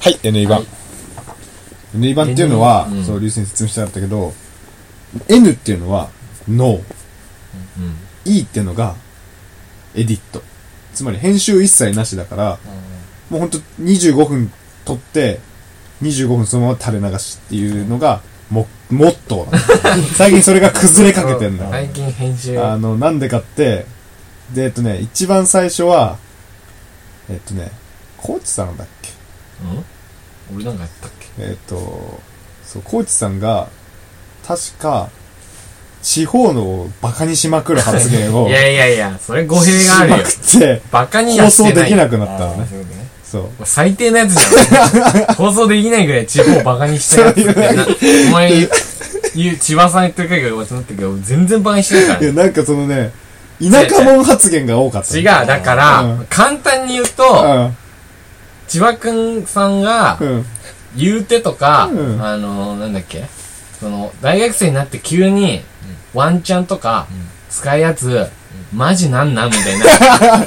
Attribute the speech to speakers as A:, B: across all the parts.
A: はい、NE 版。
B: はい
A: NE 版っていうのは、
B: うん
A: そう、流星に説明してあったけど、N っていうのは、ノー。
B: うん。
A: E っていうのが、エディット。つまり編集一切なしだから、もうほんと25分撮って、25分そのまま垂れ流しっていうのが、も、モットーなの 最近それが崩れかけてんだ。
B: 最近編集。
A: あの、なんでかって、で、えっとね、一番最初は、えっとね、コーチさんだっけ
B: うん俺なんかやったっけ
A: えっと、そう、コーチさんが、確か、地方のをバカにしまくる発言を、
B: いやいやいや、それ語弊
A: し
B: がある
A: ま
B: よ
A: く。って、
B: バカにや
A: 放
B: ってな
A: 送
B: い。
A: できなくなったの
C: あー
A: ね。
C: そういうことね
A: そう。
B: 最低なやつじゃ ん。放送できないぐらい地方バカにしたやつってな。お前、言う、千葉さん言ってる回が私なってるけど、全然バカにしてない
A: い
B: から
A: や、
B: ね。
A: なんかそのね、田舎者発言が多かった。
B: 違う、だから、
A: うん
B: 簡単に言うと、
A: う
B: 千葉くんさんが、
A: ん。うん。
B: 言うてとか、
A: うん
B: あのー、なんだっけその、大学生になって急に、ワンチャンとか、使いやつ、マジなんなんみたいな、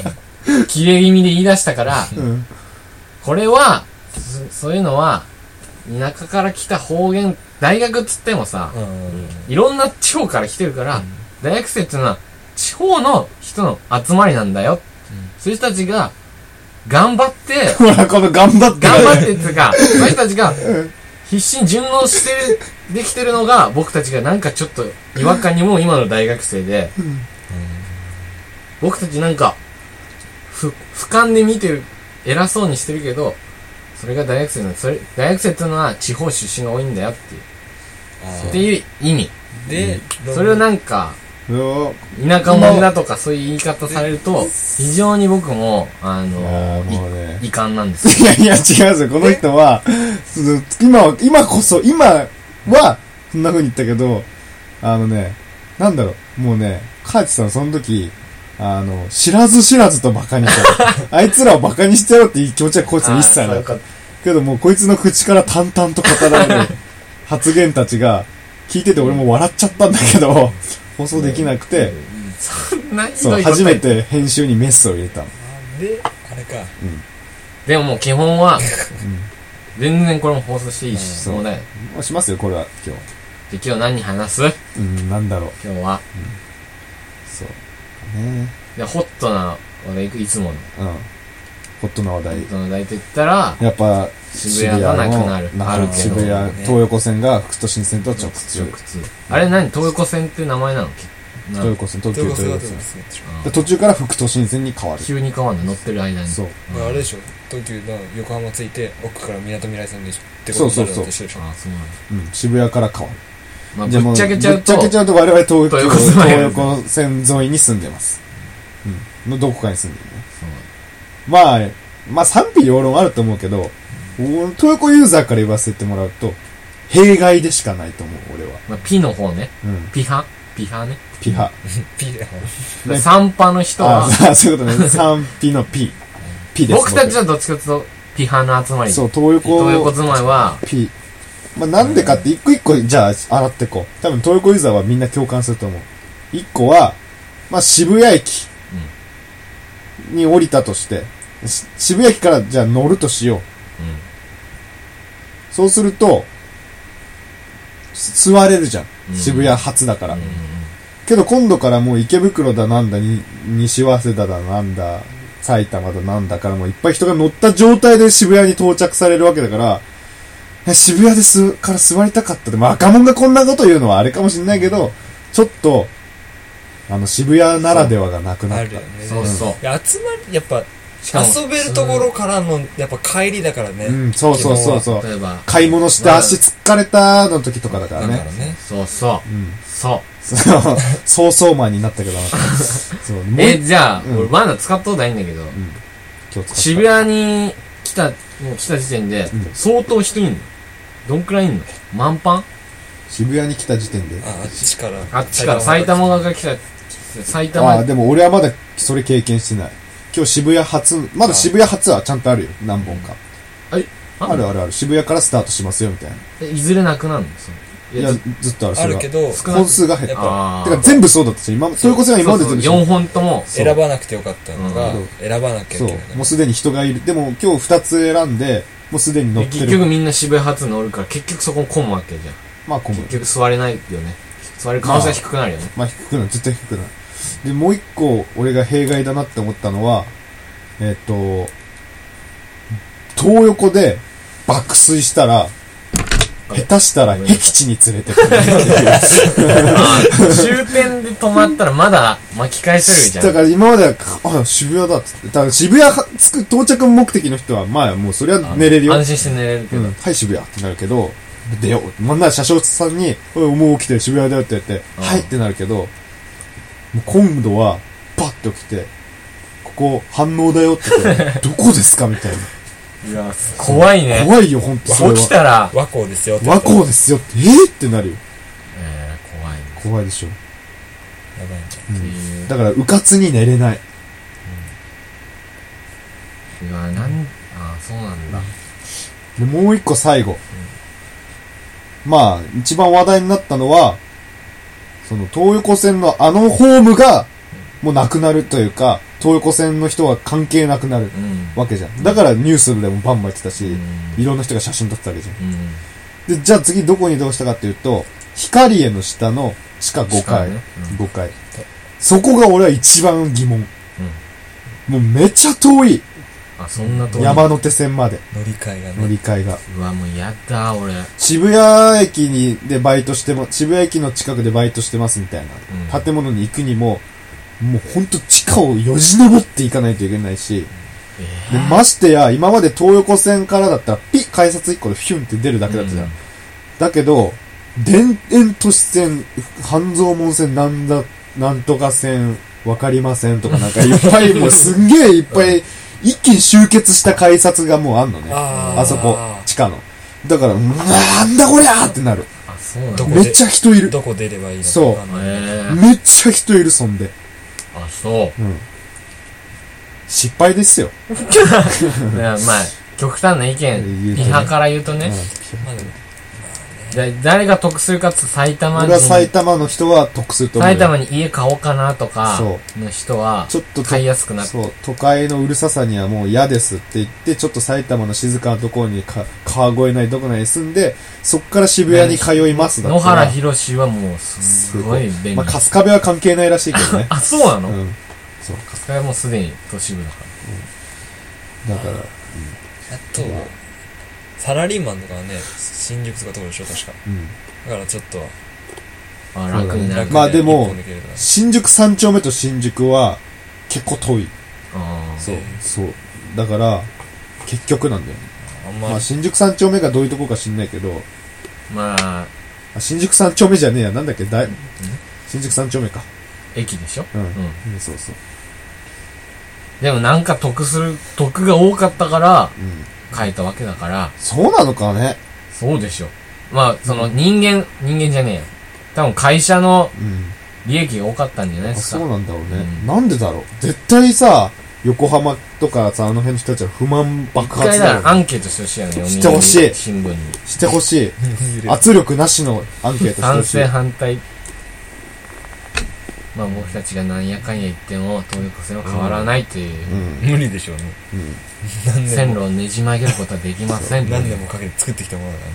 B: 切れ気味で言い出したから、
A: うん。
B: これは、そそういうのは、田舎から来た方言、大学っつってもさ、
C: うん。
B: いろんな地方から来てるから、大学生っていうのは、地方の人の集まりなんだよ。そういう人たちが、頑張って、
A: ほら、この頑張って。
B: 頑張ってっていうか、そういう人たちが、必死に順応してる、できてるのが、僕たちがなんかちょっと違和感にもう今の大学生で、僕たちなんか、ふ、俯瞰で見てる、偉そうにしてるけど、それが大学生の、それ、大学生っていうのは地方出身が多いんだよっていう、
C: あ
B: っていう意味。
C: ーで、
B: それをなんか、
A: うん
B: 田舎者だとかそういう言い方されると、非常に僕も、あ
A: いやー
B: の、
A: もうね
B: い遺憾なんですよ。
A: いやいや、違うんですよ。この人は、 その今は、今こそ、今は、そんな風に言ったけど、あのね、なんだろう、もうね、カーチさんその時、あの、知らず知らずと馬鹿にした。 あいつらを馬鹿にしてやろうっていう気持ちはこいつに一切
B: あーそうい
A: な
B: う
A: か
B: こ
A: っ
B: と
A: た。けどもうこいつの口から淡々と語ら れる発言たちが、聞いてて俺も笑っちゃったんだけど、放送できなくて、
B: 何ひど
A: そ
B: い
A: う、
B: こと
A: 初めて編集にメスを入れたの。
C: で、あれか。
B: でももう基本は、全然これも放送していいし、
A: うん
B: もうね、
A: もうしますよ、これは今日。
B: で今日何話す
A: うん、なんだろう。
B: 今日は。
A: そう。ね
B: で、ホットな話題いく、いつもの。
A: うん。ホットな話題
B: ホッ。トな話題と言ったら、
A: やっぱ、
B: 渋谷がなくなる
A: 渋谷の
B: あるけど
A: 渋谷、東横線が副都心線と直通。
B: 直通。あれ何東横線って名前なのな
A: 東横線、東
C: どうい
A: 京
C: うこ
A: 東
C: とどういう
A: 横
C: こと
A: 線。
C: そうでしょ
A: で途中から副都心線に変わる。
B: 急に変わんの乗ってる間に。
A: そう。
C: まああれでしょ東急の横浜ついて奥からみなとみらいさんでしょって
A: そう
C: こと
A: そう
C: にな
A: そ
C: る
A: う
C: のと一緒でしょ
B: あ、そうなの。
A: うん。渋谷から変わる。
B: まあ、
A: じも
B: ぶっちゃけちゃ
A: ぶ
B: うと
A: っちゃけ、ちゃうと我々東横
B: 東横線
A: 東横線沿いに住んでます。うん。のどこかに住んでるね。
B: そう
A: まあ、まあ賛否両論あると思うけど、お東横ユーザーから言わせてもらうと、弊害でしかないと思う、俺は。
B: まあ、ピの方ね。
A: うん。
B: ピ派ピ派ね。
A: ピハ。
C: ピーだ
B: で
A: ね
B: 三派の人は
A: あ、、そうそういうこと ね。賛否の P。P です。
B: 僕たちはどっちかというと、ピ派の集まり。
A: そう、東
B: 東横
A: 横
B: 住まいは、
A: P。まあ、なんでかって、一個一個、じゃあ、洗ってこう。多分、東横ユーザーはみんな共感すると思う。一個は、まあ、渋谷駅に降りたとして、し渋谷駅から、じゃあ乗るとしよう。そうすると、す座れるじゃん
B: う。ん
A: 渋谷初だか
B: う
A: ら
B: ん。。
A: けど今度からもう池袋だなんだに、西早稲田だなんだ、埼玉だなんだからもういっぱい人が乗った状態で渋谷に到着されるわけだから、え渋谷ですから座りたかったで、若者がこんなこと言うのはあれかもしれないけど、ちょっと、あの渋谷ならではがなく
C: あ
A: なっ
C: る
A: た
C: よ。ね
B: そうそう
C: いや集まりやっぱ
B: しかも
C: 遊べるところからのやっぱ帰りだからね
A: うん、そうそうそうそう。
B: 例えば、
A: 買い物して足つっかれたの時とかだから
C: だから
A: ね。
C: ね
B: そうそうう。
A: ん。
B: そう。
A: そう、そうそうマンになったけど、そう、もう
B: え、じゃあ、
A: うん
B: 俺まだ使ったことないんだけど、
A: 気を使った
B: 渋谷に来た、もう来た時点で
A: うん、
B: 相当人いんのどんくらいいんの満帆
A: 渋谷に来た時点で。
C: ああっちから
B: あっちから埼玉側から来た、埼
A: ああ
B: 玉
A: ー、、でも俺はまだそれ経験してない。今日渋谷初、まだ渋谷初はちゃんとあるよ。何本か。
B: え
A: あるあるある。渋谷からスタートしますよ、みたいな。
B: えいずれなくなるのそ
A: い
B: の。
A: や
B: ず、
A: ずっとある、そ
C: あ
A: れ
C: る
A: は
C: け。ど
B: 少な
A: 本数が減っ
C: やっぱ
A: た。
B: あ
A: て
B: ー
A: か全部そうだったし、今、そういうことが今まで全部
B: そうそう4本とも、
C: 選ばなくてよかったのが
A: そう
C: 選ばなきゃいけ
A: そう
C: ないか。ら
A: もうすでに人がいる。でも今日2つ選んで、もうすでに乗
B: で
A: って
B: 結
A: る
B: 局。みんな渋谷発乗るから結局そこに混むわけじゃん
A: まあ、混む
B: 結。局座れないよね座れる可能性は低くな るよね、
A: まあ、低くなる。絶対低くなる。で、もう一個、俺が弊害だなって思ったのは、えっ、と、東横で爆睡したら、下手したら、僻地に連れてく る。
B: あー終点で止まったらまだ巻き返せるじゃん
A: だから今までは、あ、渋谷だっつって。だから渋谷つく到着目的の人は、まあもうそれは寝れるよ。
B: 安心して寝れるけ
A: う
B: ど、
A: ん、はい渋谷ってなるけど、出よう。なんなら車掌さんに、おい、もう起きてる渋谷だよって言って、
B: うん
A: はいってなるけど、もう今度は、パッと起きて、ここ反応だよって言 って、どこですかみたいな。
B: いや怖いね
A: 怖いよ、ほんと、それ
B: 起き
A: は。
B: たら、
C: 和光ですよって言
A: 和
C: ったら
A: 光ですよって、えー、ってなるよ。
B: えー、怖いね
A: 怖いでしょ。
C: やばいんじゃん
A: う
B: って
A: ん、
B: いう
A: だから、うかつに寝れない。
B: うわなんあーそうなんだ
A: で、もう一個最後。まあ、一番話題になったのは、その、東横線のあのホームが、もうなくなるというか、東横線の人は関係なくなる
B: うん
A: わけじゃん。だからニュースでもバンバン言ってたし、
B: うん
A: いろんな人が写真撮ってたわけじゃん。
B: うん
A: で、じゃあ次どこに移動したかっていうと、光への下の地下5階。
B: 地下ね
A: 5階。そこが俺は一番疑問。もうめちゃ遠い。
B: あそんなとこ
A: 山手線まで、
C: 乗り換えが
A: 乗
C: ね
A: り換えが。
B: うわもうやだ俺
A: 渋谷駅にでバイトしても、渋谷駅の近くでバイトしてますみたいな、
B: うん
A: 建物に行くにも、もうほんと地下をよじ登っていかないといけないし、
B: え
A: でましてや、今まで東横線からだったら、ピッ、改札1個でヒュンって出るだけだったじゃん。
B: うん
A: だけど、田園都市線、半蔵門線、なんだ、なんとか線、わかりませんとかなんかいっぱい、もうすんげえいっぱい、一気に集結した改札がもうあんのね。
C: あー
A: あそこ、地下の。だから、なんだこりゃーってなる。
B: ー、あそうなんだ
C: どこで
A: めっちゃ人いる。
C: どこ出ればいいのか
A: そう
C: わかんない
B: えー、
A: めっちゃ人いる、そんで。
B: あそう
A: うん。失敗ですよ。
B: いやまあ極端な意
A: 言う
B: 見
A: とね
B: リハから言うとね、
C: まあでも
B: だ誰が得するかっつうと埼玉
A: 俺
B: に
A: は埼玉の人は得すると思うよ。
B: 埼玉に家買おうかなとか
A: そ
B: の人は
A: ちょっとと
B: 買いやすくなって
A: そう、都会のうるささにはもう嫌ですって言って、ちょっと埼玉の静かなところにか、川越ないどこないに住んで、そっから渋谷に通いますだ
B: 野
A: ったら
B: 原宏はもうすごい便利、。
A: まあ、春日部は関係ないらしいけどね
B: あそうなの、
A: うん。
B: 春日はもうすでに都市部だか
A: だから、
C: あとはサラリーマンとかはね新宿とか通るでしょ確か
A: うん。
C: だからちょっとは
B: らあ楽になる
C: 楽
A: まあでも
C: 一本けるから
A: 新宿三丁目と新宿は、結構遠い。
B: あー
A: そう、そう。だから、結局なんだよね。
C: あん
A: ま
C: ま
A: あ、新宿三丁目がどういうとこか知んないけど、
B: まあ
A: あ新宿三丁目じゃねえや、なんだっけ、だい、新宿三丁目か。
B: 駅でしょ、
A: うん。
B: うん、
A: うん、そうそう。
B: でもなんか得する得が多かったから
A: うん。
B: 変えたわけだから
A: そうなのかね。
B: そうでしょまあその人間、人間じゃねえよ多分会社の
A: うん。
B: 利益が多かったんじゃない
A: あ
B: ですか
A: そうなんだろうね、
B: うん
A: なんでだろう。絶対さ、横浜とかさ、あの辺の人たちは不満
B: 一
A: 爆
B: 回
A: 発
B: だ
A: だ
B: か
A: ろう
B: ら
A: ね、
B: アンケートしてほしいよね。
A: してほしい
B: 読売新聞に。
A: してほしい。
C: 揺れる
A: 圧力なしのアンケートしてほ
B: 賛
A: し
B: 成
A: い。
B: 反対。まあ僕たちがなんやかんや言っても、東横線は変わらないというう、
A: ん。
C: 無理でしょうね
A: うん。
C: 何
B: 線
C: 年
B: 路
C: も
B: をねじ曲げることはできません。
C: 何年もかけて作ってきたものだからね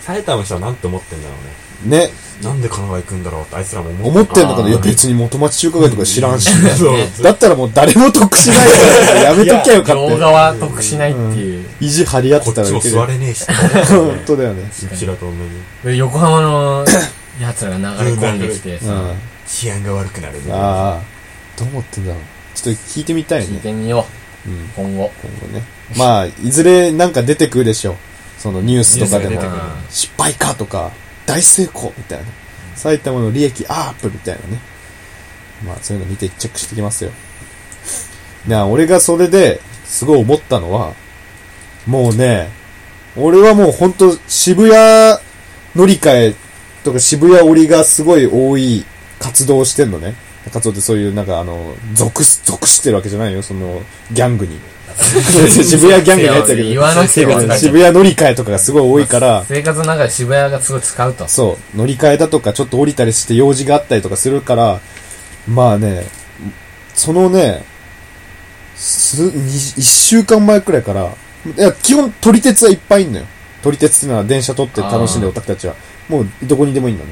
D: 埼玉の人は何て思ってんだろうね。
A: うん。ね、
D: なんで神奈川行くんだろうってあいつらも思
A: 思ってんのかな
D: あー
A: いや、別に元町中華街とか知らんし、ね。
D: そう。
A: だったらもう誰も得しないから、やめときゃよか
B: 両
A: ったよ。
B: 側得しないっていう。
A: 意地張り合っ
D: こ
A: て
D: った
A: ら
D: ちも
A: いけ
D: 座
A: る。
D: れねえし。
A: 本当だよね。
D: うちらと同じ。
B: で横浜の 奴らが流れ込んできて
A: うん。
B: さ、
A: あ
D: 治安が悪くなるね。
A: あ、どう思ってんだろう。ちょっと聞いてみたい
B: 聞い
A: ね。
B: てみよ
A: うん
B: う、。今後。
A: 今後ね。まあ、いずれなんか出てくるでしょう。そのニュースとかで
C: ニ
A: も
C: ュースが出てく。る
B: あ
A: 失敗かとか、大成功みたいな。埼玉の利益アップみたいなね。まあそういうの見てチェックしてきますよ。なあ、俺がそれですごい思ったのは、もうね、俺はもうほんと渋谷乗り換えとか渋谷降りがすごい多い活動をしてんのね。活動ってそういうなんかあの、属す、属してるわけじゃないよ、その、ギャング に。渋谷ギャングに入ってるけど。
B: 言わなくてもわかる
A: 渋谷乗り換えとかがすごい多いから、
B: 生活の中で渋谷がすごい使うと。
A: そう、乗り換えだとか、ちょっと降りたりして用事があったりとかするから、まあね、そのね、す、に一週間前くらいから、いや、基本、撮り鉄はいっぱいいんのよ。撮り鉄っていうのは電車撮って楽しんでオタクたちは。もう、どこにでもいいんだね。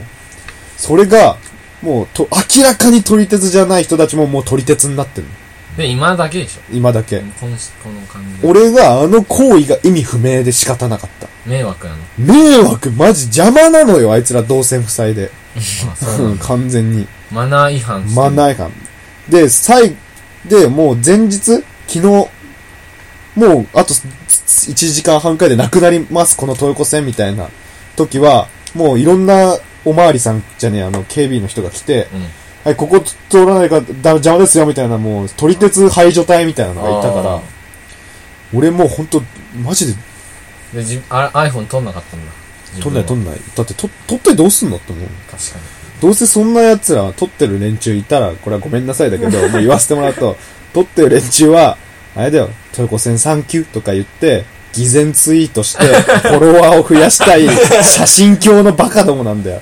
A: それが、もう、と、明らかに撮り鉄じゃない人たちももう撮り鉄になってるの。
B: で、今だけでしょ。
A: 今だけ。
B: この、この感じで。
A: 俺があの行為が意味不明で仕方なかった。
B: 迷惑なの。
A: 迷惑、マジ邪魔なのよ、あいつら動線塞いで。
B: あ、そう
A: うん完全に。
B: マナー違反して
A: マナー違反。で、最、で、もう前日昨日もう、あと、1時間半くらいでなくなります、この東横線みたいな時は、もういろんなおまわりさんじゃねえ、あの、警備員の人が来て、
B: うん
A: はい、ここ通らないからだ邪魔ですよ、みたいな、もう、撮り鉄排除隊みたいなのがいたから
B: あ、
A: 俺もうほんと、マジで
B: で、じ、あ、iPhone 撮んなかったんだ。
A: 撮んない撮
B: ん
A: んない。だって、と撮ってどうすんのって思う。
B: 確かに。
A: どうせそんな奴ら撮ってる連中いたら、これはごめんなさいだ けど、もう言わせてもらうと、撮ってる連中は、あれだよ、豊子線サンキューとか言って、偽善ツイート して、フォロワーを増やしたい、写真教のバカどもなんだよ。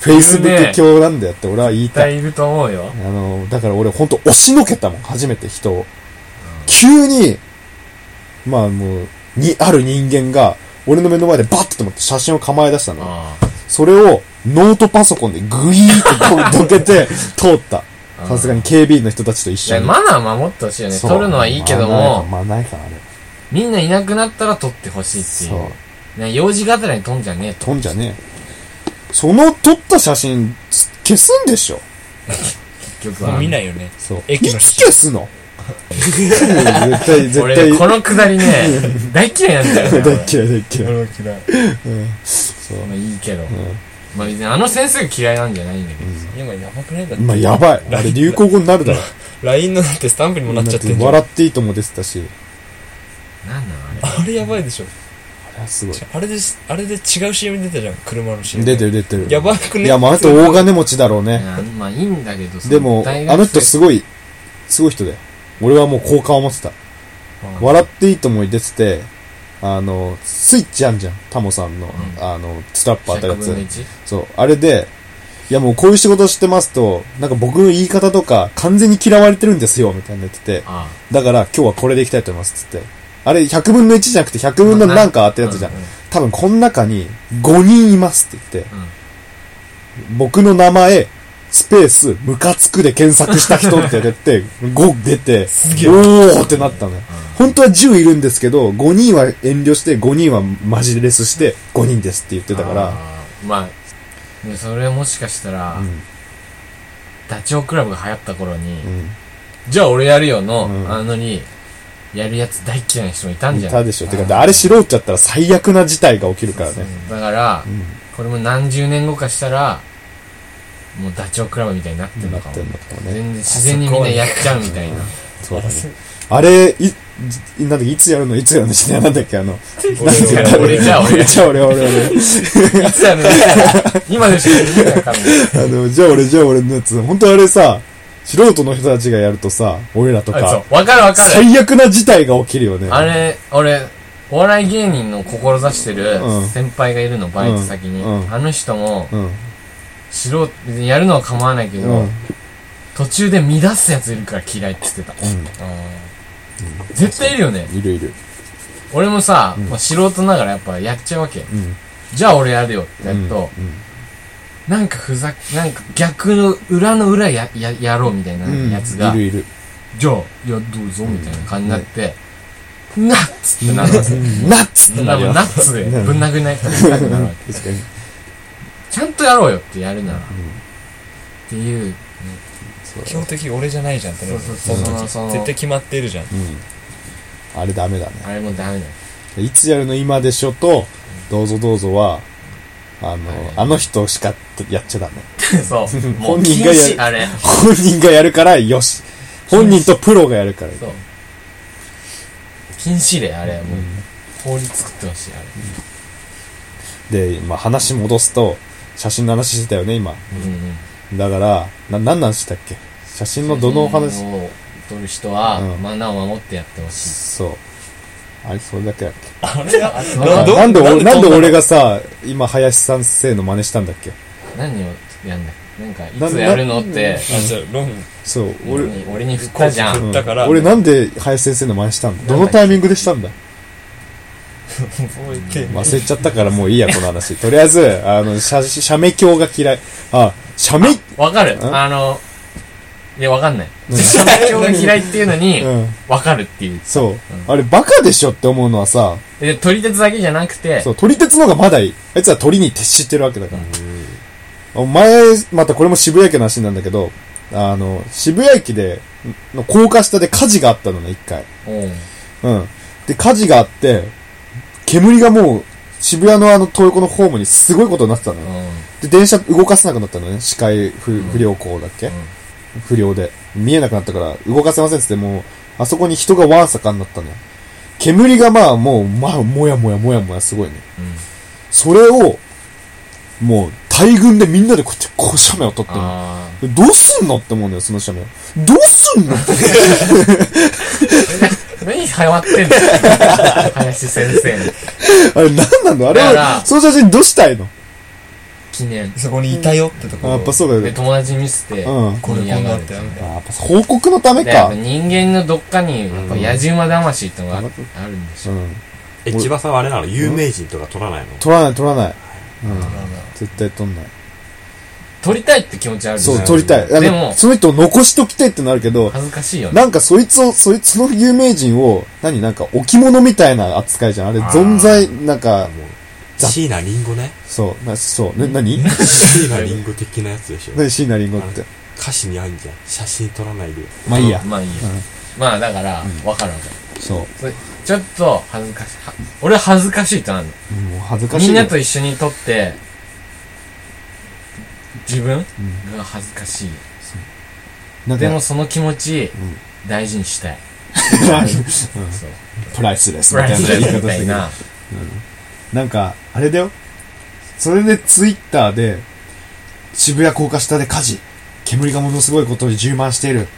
A: Facebook 教なんだよって俺は言い
B: 絶
A: たい。
B: 対いると思うよ
A: あ。の、だから俺ほんと押しのけたもん、初めて人を。急に、まあもう、に、ある人間が、俺の目の前でバッと思って写真を構え出したの。
B: あ
A: それをノートパソコンでグイーってどけ て通った。
B: あ。
A: さすがに警備員の人たちと一
B: い
A: 緒
B: や、
A: に。
B: マナー守ってほしいよね。
A: そう
B: 撮るのはいいけども、
A: まあないか、まあないか
B: みんないなくなったら撮ってほ
A: あれ。
B: しいって
A: そう
B: い。う。ね、用事がてらに撮んじゃねえと。
A: 飛んじゃねえ。その撮った写真、消すんでしょ
B: 結局
C: も
B: は。
C: う見ないよね。
A: そう。い
C: 駅の
A: つ消す の絶対、絶
B: 俺ね、こ
A: 対。
B: のくだりね、 大嫌いなんだよね。
A: 大っ嫌い、大っ嫌い。
C: 俺は嫌い。
A: そう。
B: まあいいけど。まあ別にあの先生が嫌いなんじゃないんだけど。
C: 今やばくないだっ
A: まあ、
C: て。
A: やばい。あれ、流行語になるだろ。
C: LINE のだってスタンプにもなっちゃってんじゃん。
A: 笑っていいとも出てたし。
B: なんなのあれ。
C: あれやばいでしょ。
A: あれはすごい。
C: あれで、あれで違う CM 出たじゃん。車の CM。
A: 出てる、出てる。
C: やばくね
A: いや、まあ、あと大金持ちだろうね。
B: いやまあいいんだけど、その
A: でも、
B: 大
A: あの
B: 学
A: 人
B: 生
A: すごい、すごい人だよ。俺はもう好感を持ってた。
B: うん
A: 笑っていいと思い出てて、あの、スイッチあんじゃん。タモさんの、
B: ん
A: あの、スラッパー当たるや
B: 100分の
A: つ。
B: 1
A: そう。あれで、いやもうこういう仕事してますと、なんか僕の言い方とか完全に嫌われてるんですよ、みたいなの言ってて、
B: あ
A: だから今日はこれでいきたいと思います、つって。あれ、100分の1じゃなくて100分のなんかってやつじゃん
B: うんうん。
A: 多分この中に5人いますって言って、僕の名前、スペース、ムカつくで検索した人って出て、5出て、
C: げえ
A: おーってなったのよ。本当は10いるんですけど、5人は遠慮して、5人はマジレスして、5人ですって言ってたか
B: あ
A: ら、
B: ーまあでそれもしかしたら、
A: うん
B: ダチョウ倶楽部が流行った頃に、
A: う
B: じゃあ俺やるよの、
A: うん
B: あのにやるやつ大嫌いな人もいたん
A: ん。
B: じ
A: い
B: ゃん
A: たでしょ。てか、であれ素人ちゃったら最悪な事態が起きるからね。
B: だから、
A: ん
B: これも何十年後かしたらもうダチョウ倶楽部みたいになってんの
A: なっ
B: かも
A: てんだとか
B: 全
A: ね。
B: 然自然にみんなやっちゃうみ たいな
A: そうだね。あれ、い、いなんだっけ、いつやるのいつやるのしないなんだっけ、あの、
C: 俺
A: なんて言っ
C: は
A: た
B: 俺じゃ俺
A: 俺じゃ俺、俺、俺。
B: いつやるの今でしか意味わかんない
A: あの、じゃあ俺、じゃあ俺のやつ、本当あれさ、素人の人たちがやるとさ、俺らと
B: あそ
A: か、
B: うわかるわかる
A: 最悪な事態が起きるよね。
B: あれ俺お笑い芸人の志してる
A: うん
B: 先輩がいるの、バイト先に、
A: うんうん
B: あの人も
A: うん。
B: 素人別にやるのは構わないけど、
A: うん。
B: 途中で乱すやついるから嫌いって言ってた絶対いるよね
A: いるいる。
B: 俺もさ、まあ、素人ながらやっぱやっちゃうわけ
A: うん。
B: じゃあ俺やるよってやると、なんかふざけなんか逆の裏の裏やややろうみたいな
A: うん。うん。
B: やつが、
A: いるいる。
B: じゃあいやどうぞみたいな感じになって、ナッツってなるわけ
A: ナッツ
B: 多分ナッツでぶん殴りないとなくなるわけ
A: 確かに。
B: ちゃんとやろうよってやるなら、っていう
C: 基本的に俺じゃないじゃんってなる
B: そうそうそう
C: なる
B: そうそう
C: 絶対決まってるじゃん。
A: うん。あれダメだね。
B: あれもダメだよ
A: いつやるの今でしょと、どうぞどうぞは、あの、あの人しかやっちゃダメ。
B: そう。もう
A: 本人がやる
B: 禁止あれ。
A: 本人がやるからよし。本人とプロがやるから。
B: そう。禁止令、あれ。もう、法律作ってほしい、あれ。
A: で、まあ話戻すと、写真の話してたよね、今。
B: うんうん。
A: だから、な、なんなんしたっけ写真のどのお話
B: を取る人は
A: う、ん
B: マナーを守ってやってほしい。
A: そう。あれ、それだけだっ
C: あれは、
A: け
B: な
A: な
C: ど
A: なんで俺、
C: な
A: なんんで
C: で飛んだの
A: 俺がさ、今、林先生の真似したんだっけ
B: 何をやんだなんか、い
A: なん
B: つやるのって、
C: あ、じゃあ、ロン、
A: そう、俺、
B: 俺に、俺に振ったじゃ。
C: うんだから
A: 俺なんで林先生の真似したんだ
B: だっ
A: ど
B: け
A: のタイミングでしたんだ
C: 覚えてね
A: 忘れちゃったからもういいや、この 話。とりあえず、あの、写、写メ鏡が嫌い。あ、写メ、
B: わかる
A: ん
B: あの、いや、わかんない。
A: うん
B: 社長が嫌いっていうのに、
A: うん。
B: わかるっていう。
A: そう。あれ、バカでしょって思うのはさ、
B: で、取り鉄だけじゃなくて
A: そ、う、撮り鉄の方がまだいい。あいつは鳥に徹してるわけだから。お前、またこれも渋谷駅の話なんだけど、あの、渋谷駅で、の高架下で火事があったのね、一回。
B: おう
A: うん。で、火事があって、煙がもう、渋谷のあの、東横のホームにすごいことになってたのよ。で、電車動かせなくなったのね。視界不不良校だっけ、不良で。見えなくなったから、動かせませんっつって、もう、あそこに人がわーさかになったのよ。煙がまあ、もう、まあ、もやもやもやもやすごいね。
B: うん
A: それを、もう、大群でみんなでこうやって、こう、写メを撮ってるの
B: あ
A: どうすんのって思うんだよ、その写メを。どうすんのって。
B: あ。何ハマってんの 林先生の
A: あれ、なんなのあれ
B: だから
A: は、その写真どうしたいの
B: 記念。
C: そこにいたよってとこ
A: あ
C: ろ
A: やっぱそうだよ
B: で、
A: ね。
B: 友達に見せて、
A: うん
C: これこん
B: 盛り上
C: な
B: が
C: ん
B: る
C: だよみたい
A: あ
C: な
A: やっぱ報告のため
B: でやっ
A: か
B: ぱ。人間のどっかに、やっぱ野じ馬魂ってのがああるんでし
A: う
B: ょ。
A: ん。
D: え、千葉さんはあれなの有名人とか取らないの
A: 取らない、取らない。うん。
C: なんだ
A: 絶対取んない。
B: 撮りたいって気持ちあるじゃ
A: そ
B: ん
A: う、
D: ね
A: 取りたい。あ
B: で
A: の、
B: も
A: その人を残しときたいってなるけど、
B: 恥ずかしいよね。
A: なんかそいつを、そいつの有名人を、何なんか置物みたいな扱いじゃん。あれ、
D: あー
A: 存在、なんか、
D: もう、
A: ざ
D: 椎名林檎ね。
A: そう、な、そう、な、何
D: 椎名林檎的なやつでしょ。
A: 何椎名林檎って。
D: 歌詞にあんじゃん。写真撮らないで。
A: まあいいや。
B: まあいいや
A: うん。
B: まあだから、わかるわかる。
A: そう。
B: それちょっと恥ずかしい。は俺恥ずかしいってなるの。
A: もう恥ずかしい
B: み
A: よ。
B: んなと一緒に撮って、自分が恥ずかしい。
A: なんか
B: でもその気持ち
A: ん、
B: 大事にしたい。 そう。
A: プライスレスみ
B: プラ
A: た
B: イ
A: い
B: ス
A: な
B: レ
A: 言い
B: スみ
A: 方
B: た
A: し
B: い
A: て
B: な。
A: なんか、あれだよ。それでツイッターで、渋谷高架下で火事。煙がものすごいことに充満している。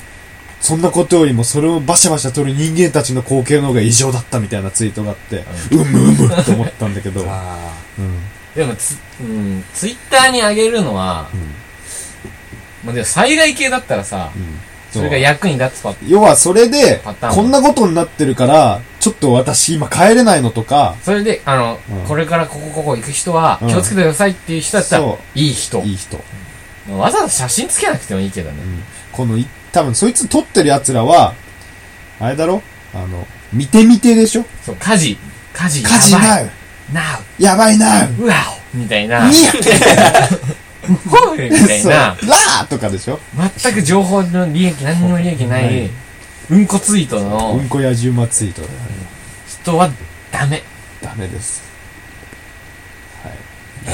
A: そんなことよりもそれをバシャバシャ撮る人間たちの光景の方が異常だったみたいなツイートがあって、うむうむって思ったんだけ ど、うん、
D: あ
B: でもツ、うん、ツイッターに上げるのは、
A: ん
B: まあでも災害系だったらさ、それが役に立つパ
A: 要はそれで
B: パター、ン
A: こんなことになってるから、ちょっと私今帰れないのとか、
B: それで、あの、
A: うん
B: これからここここ行く人は
A: うん
B: 気をつけてくださいっていう人だったら、
A: そ
B: いい人。
A: いい人。
B: まあわざわざ写真つけなくてもいいけどね。
A: このい、多分そいつ撮ってる奴らは、あれだろあの、見て見てでしょ
B: そう、火事、火事、
A: 火事
B: やば。
A: ないい
B: な
A: やばいな
B: う、うわおみたいな、
A: にゃ
B: ほうみたい
A: そうラ
B: な、
A: ーとかでしょ
B: 全く情報の利益、何にも利益な
A: ない
B: い、うんこツイート
A: う
B: の
A: んこやじ馬ツイートだよね
B: 人はダメ。
A: ダメです。は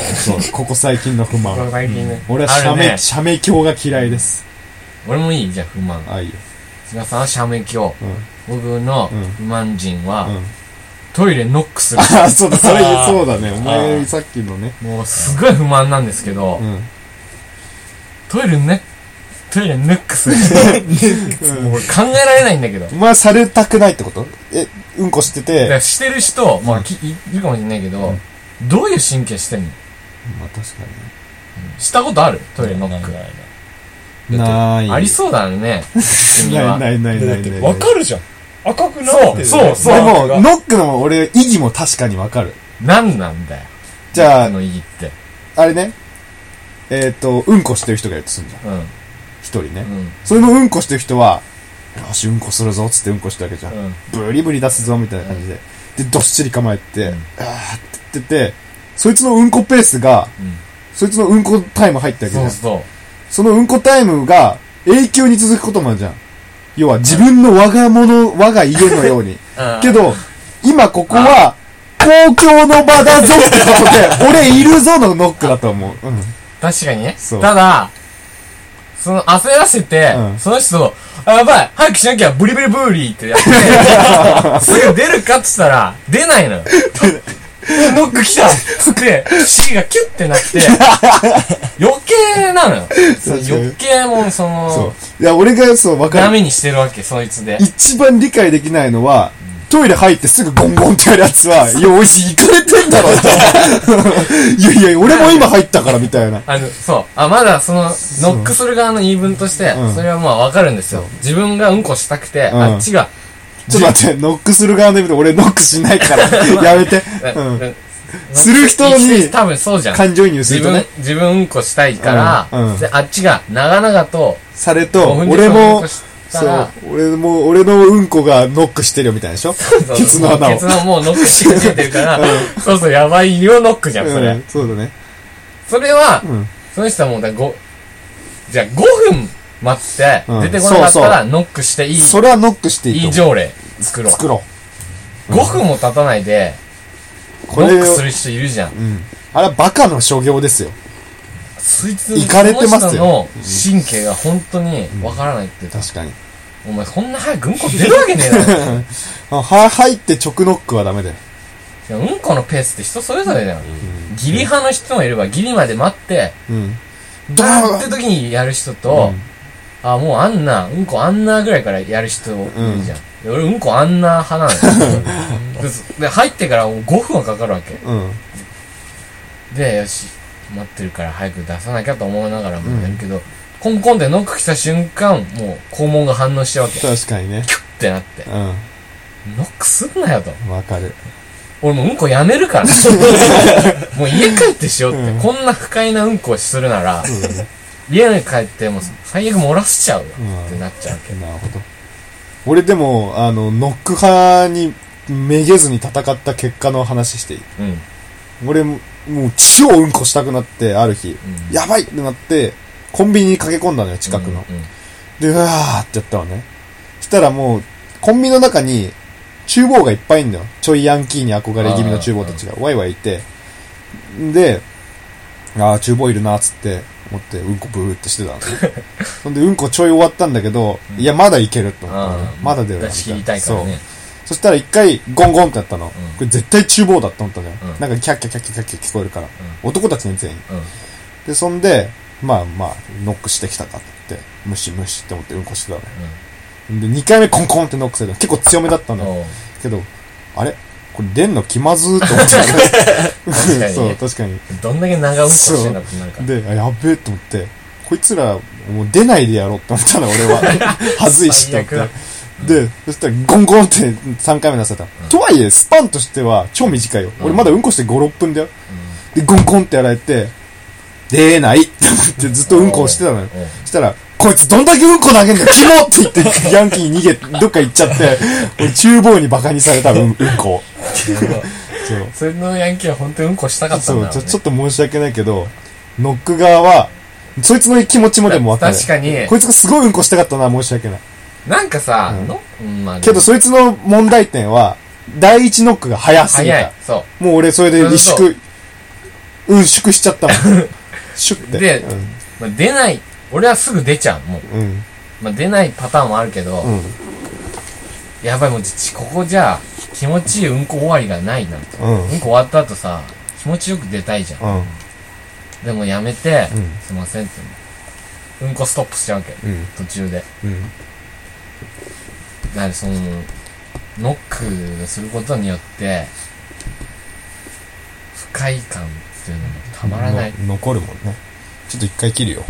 A: い。そう、ここ最近の不満。
B: ここ最近ね
A: うん俺は
B: あ
A: 写メ、
B: るね
A: 写メ鏡が嫌いです。
B: 俺もいいじゃん、不満。
A: あ、いいよ。
B: 菅さんはシャメ鏡。僕の
A: うん
B: 不満人
A: う
B: は、
A: ん。うん。
B: トイレノックする。
A: あ、そうだ、それ、
C: あー
A: そうだね。お
C: あ
A: 前、
C: ー
A: さっきのね。
B: もうすごい不満なんですけど、
A: うん。
B: トイレね、トイレノックする。もう考えられないんだけど。
A: お前はされたくないってことえ、うんこして
B: だか
A: て。
B: らしてる人、まあ、きいいるかもしれないけど、どういう神経してんの
A: まあ、確か
B: したことあるトイレノッ
C: なん
B: ク
C: か。ない
A: に。ない。
B: ありそうだね。君
A: な
B: はい
A: ないない
C: な
A: な
C: だっ
A: い
C: て
A: ない。
C: わかるじゃん赤くなってる
B: そうそう
A: で
B: そう
A: も、
C: も
A: ノックの俺、意義も確かにわかる。
B: 何なんだよ。
A: じゃあ
B: 僕の意義って。
A: あれね。えっと、うんこしてる人がいるとすんじゃん。
B: うん。
A: 一人ね。
B: うん。
A: それのうんこしてる人は、よし、うんこするぞ、つってうんこしてるわけじゃん。
B: うん。
A: ブリブリ出すぞ、みたいな感じで。で、どっしり構えて、
B: うん
A: あーって言ってて、そいつのうんこペースが、
B: うん
A: そいつのうんこタイム入ったわけじゃ。
B: そうんそう。
A: そのうんこタイムが、永久に続くこともあるじゃん。要は、自分の我が物、我が家のよう に。
B: うん
A: けど、今ここは、公共の場だぞってことで、俺いるぞのノックだと思う。うん。
B: 確かにね
A: そう。
B: ただ、その焦らせて、
A: うん
B: その人を、あ、やばい早くしなきゃブリブリブーリーってや って、すぐ出るかっつったら、出ないのよ。ノック来たつって、C がキュッてなって、余計なのよ。
A: そうそう
B: 余計もうそ
A: そ
B: の、
A: う。いや、俺がそう、わかる
B: ダ。メにしてるわけ、そいつで。
A: 一番理解できないのは、トイレ入ってすぐゴンゴンってやるやつ は、よし、行かれてんだろって。いやいや、俺も今入ったからみたいな。
B: あの、そう。あ、まだその、ノックする側の言い分として
A: うん、
B: それはまあわかるんですよ。自分がうんこしたくて、
A: うん
B: あっちが、
A: ちょっと待って、ノックする側の意味で俺ノックしないから、 やめて。うん
B: なな
A: する人に
B: 多分そうじゃん。
A: 感情移入す
B: 自
A: ると
B: 分
A: ね。、
B: 自分うんこしたいから、
A: うんうん
B: であっちが長々と、
A: されと、
B: 5分
A: 俺
B: 10分うん
A: も
B: こ、した
A: そ
B: ら
A: う、俺も、俺のうんこがノックしてるよみたいでしょ
B: そう
A: ケツの穴を。
B: ケツのもうノックし始めてるから、そうそう、やばいよノックじゃん、それ。
A: うんそうだね。
B: それは、
A: うん。
B: その人はもうだ、ご、じゃあ5分待って
A: う、ん
B: 出てこなかった
A: そう
B: ら、ノックしていい、
A: それはノックしていいと
B: いい
A: 思
B: 条例作
A: う。
B: ろう。
A: 作ろ
B: 5分も経たないで、
A: う。こ
B: ノッ
A: れ
B: ク
A: を
B: す、る人いるじゃん。
A: うん。あれはバカの所業ですよ。
B: そいつ、
A: 行かれてますよ
B: その人の神経が本当にわからないっていうか、
A: 確かに。
B: お前こんな早くうんこ出るわけねえだろ。
A: あは、入って直ノックはダメだよ。
B: でもうんこのペースって人それぞれだよ。ギリ派の人もいれば、ギリまで待って、
A: うん。ド
B: ダーン
A: ー
B: って
A: ン
B: 時にやる人と、あ、もうあんな、うんこあんなぐらいからやる人いるじゃん。で俺うんこあんな派な のよでそ。で、入ってからもう5分はかかるわけ。
A: うん。
B: で、よし、待ってるから早く出さなきゃと思いながらもやるけど、コンコンでノック来た瞬間、もう肛門が反応しちゃうわけ。キュッ
A: 確かにね。
B: てなって。
A: う
B: ノックすんなよと。
A: ん。わかる。
B: 俺もううんこやめ るから。もう家帰ってしようって。
A: うん
B: こんな不快なうんこをするなら、家に帰ってもう最悪漏らしちゃうよ
A: うん
B: ってなっちゃうわけ。
A: なるほど。俺でも、あの、ノック派にめげずに戦った結果の話していい
B: うん。
A: 俺も、もう超うんこしたくなって、ある日、
B: うん
A: やばいってなって、コンビニに駆け込んだのよ、近くの。
B: うんうん
A: で、うわーってやったわね。したらもう、コンビニの中に、厨房がいっぱいいんだよ。ちょいヤンキーに憧れ気味の厨房たちが、ワイワイいて。で、あー、厨房いるなーっつって、思って、うんこブーってしてたのね。そんで、うんこちょい終わったんだけど、いや、まだいけると思ったのね
B: あー
A: まだ出るな
B: 出し切りたいから
A: そう
B: ね。
A: そしたら一回ゴンゴンってやったの。こ
B: ん
A: れ絶対厨房だって思ったのよ。
B: うん
A: なんかキャッキャキャッキャキャッキャ聞こえるから。男たちね、全員。
B: うん。
A: で、そんで、まあまあ、ノックしてきたかって、無視無視って思ってうんこしてたのよ。で、2回目コンコンってノックされたの。結構強めだったのよ。
B: おう
A: けど、あれこれ出んの気まずーって思ってた
B: 確かに
A: そう、
B: ね
A: 確かに。
B: どんだけ長うんこしてんだってなるから。
A: で、あ、やべえって思って、こいつら、もう出ないでやろうって思ったの、俺 は。はずいしって
B: 最
A: 思っ
B: 悪
A: て。で、そしたらゴンゴンって3回目出された。とはいえ、スパンとしては超短いよ。俺まだうんこして5、6分だよ。で、ゴンゴンってやられて、出ないって思ってずっとうんこをしてたのよ。
B: おう
A: そしたら、こいつどんだけうんこ投げんだよキモって言って、ヤンキーに逃げ、どっか行っちゃ って、俺厨房にバカにされた、うん、うんこ。そう。
B: それのヤンキーは本当にうんこしたかったん
A: そ
B: だ
A: う
B: ろ
A: ち
B: う
A: ょ、
B: ね。
A: ちょっと申し訳ないけど、ノック側は、そいつの気持ちもでもわかる。
B: 確かに
A: こいつがすごいうんこしたかったのは申し訳ない。
B: なんかさ、
A: うん
B: のうんまあ
A: けど、そいつの問題点は、第一ノックが早すぎ
B: 早
A: た
B: い。。そ
A: もう俺それで萎
B: そう
A: 縮、うん、縮しちゃ ったもん。シュッて。
B: で
A: うん。
B: う。まあ、出ない。俺はすぐ出ちゃう、もう。
A: うん。
B: まあ、出ないパターンもあるけど、
A: うん。
B: やばい、もうち、ここじゃ、気持ちいいうんこ終わりがないなと。
A: うん
B: うんこ終わった後さ、気持ちよく出たいじゃん。
A: うん。
B: でもやめて、
A: うん
B: すいませんって。うんこストップしちゃうわけ。
A: うん。
B: 途中で。
A: うん。
B: だからその、ノックすることによって、不快感っていうのもたまらない。
A: の残るもんね。ちょっと一回切るよ。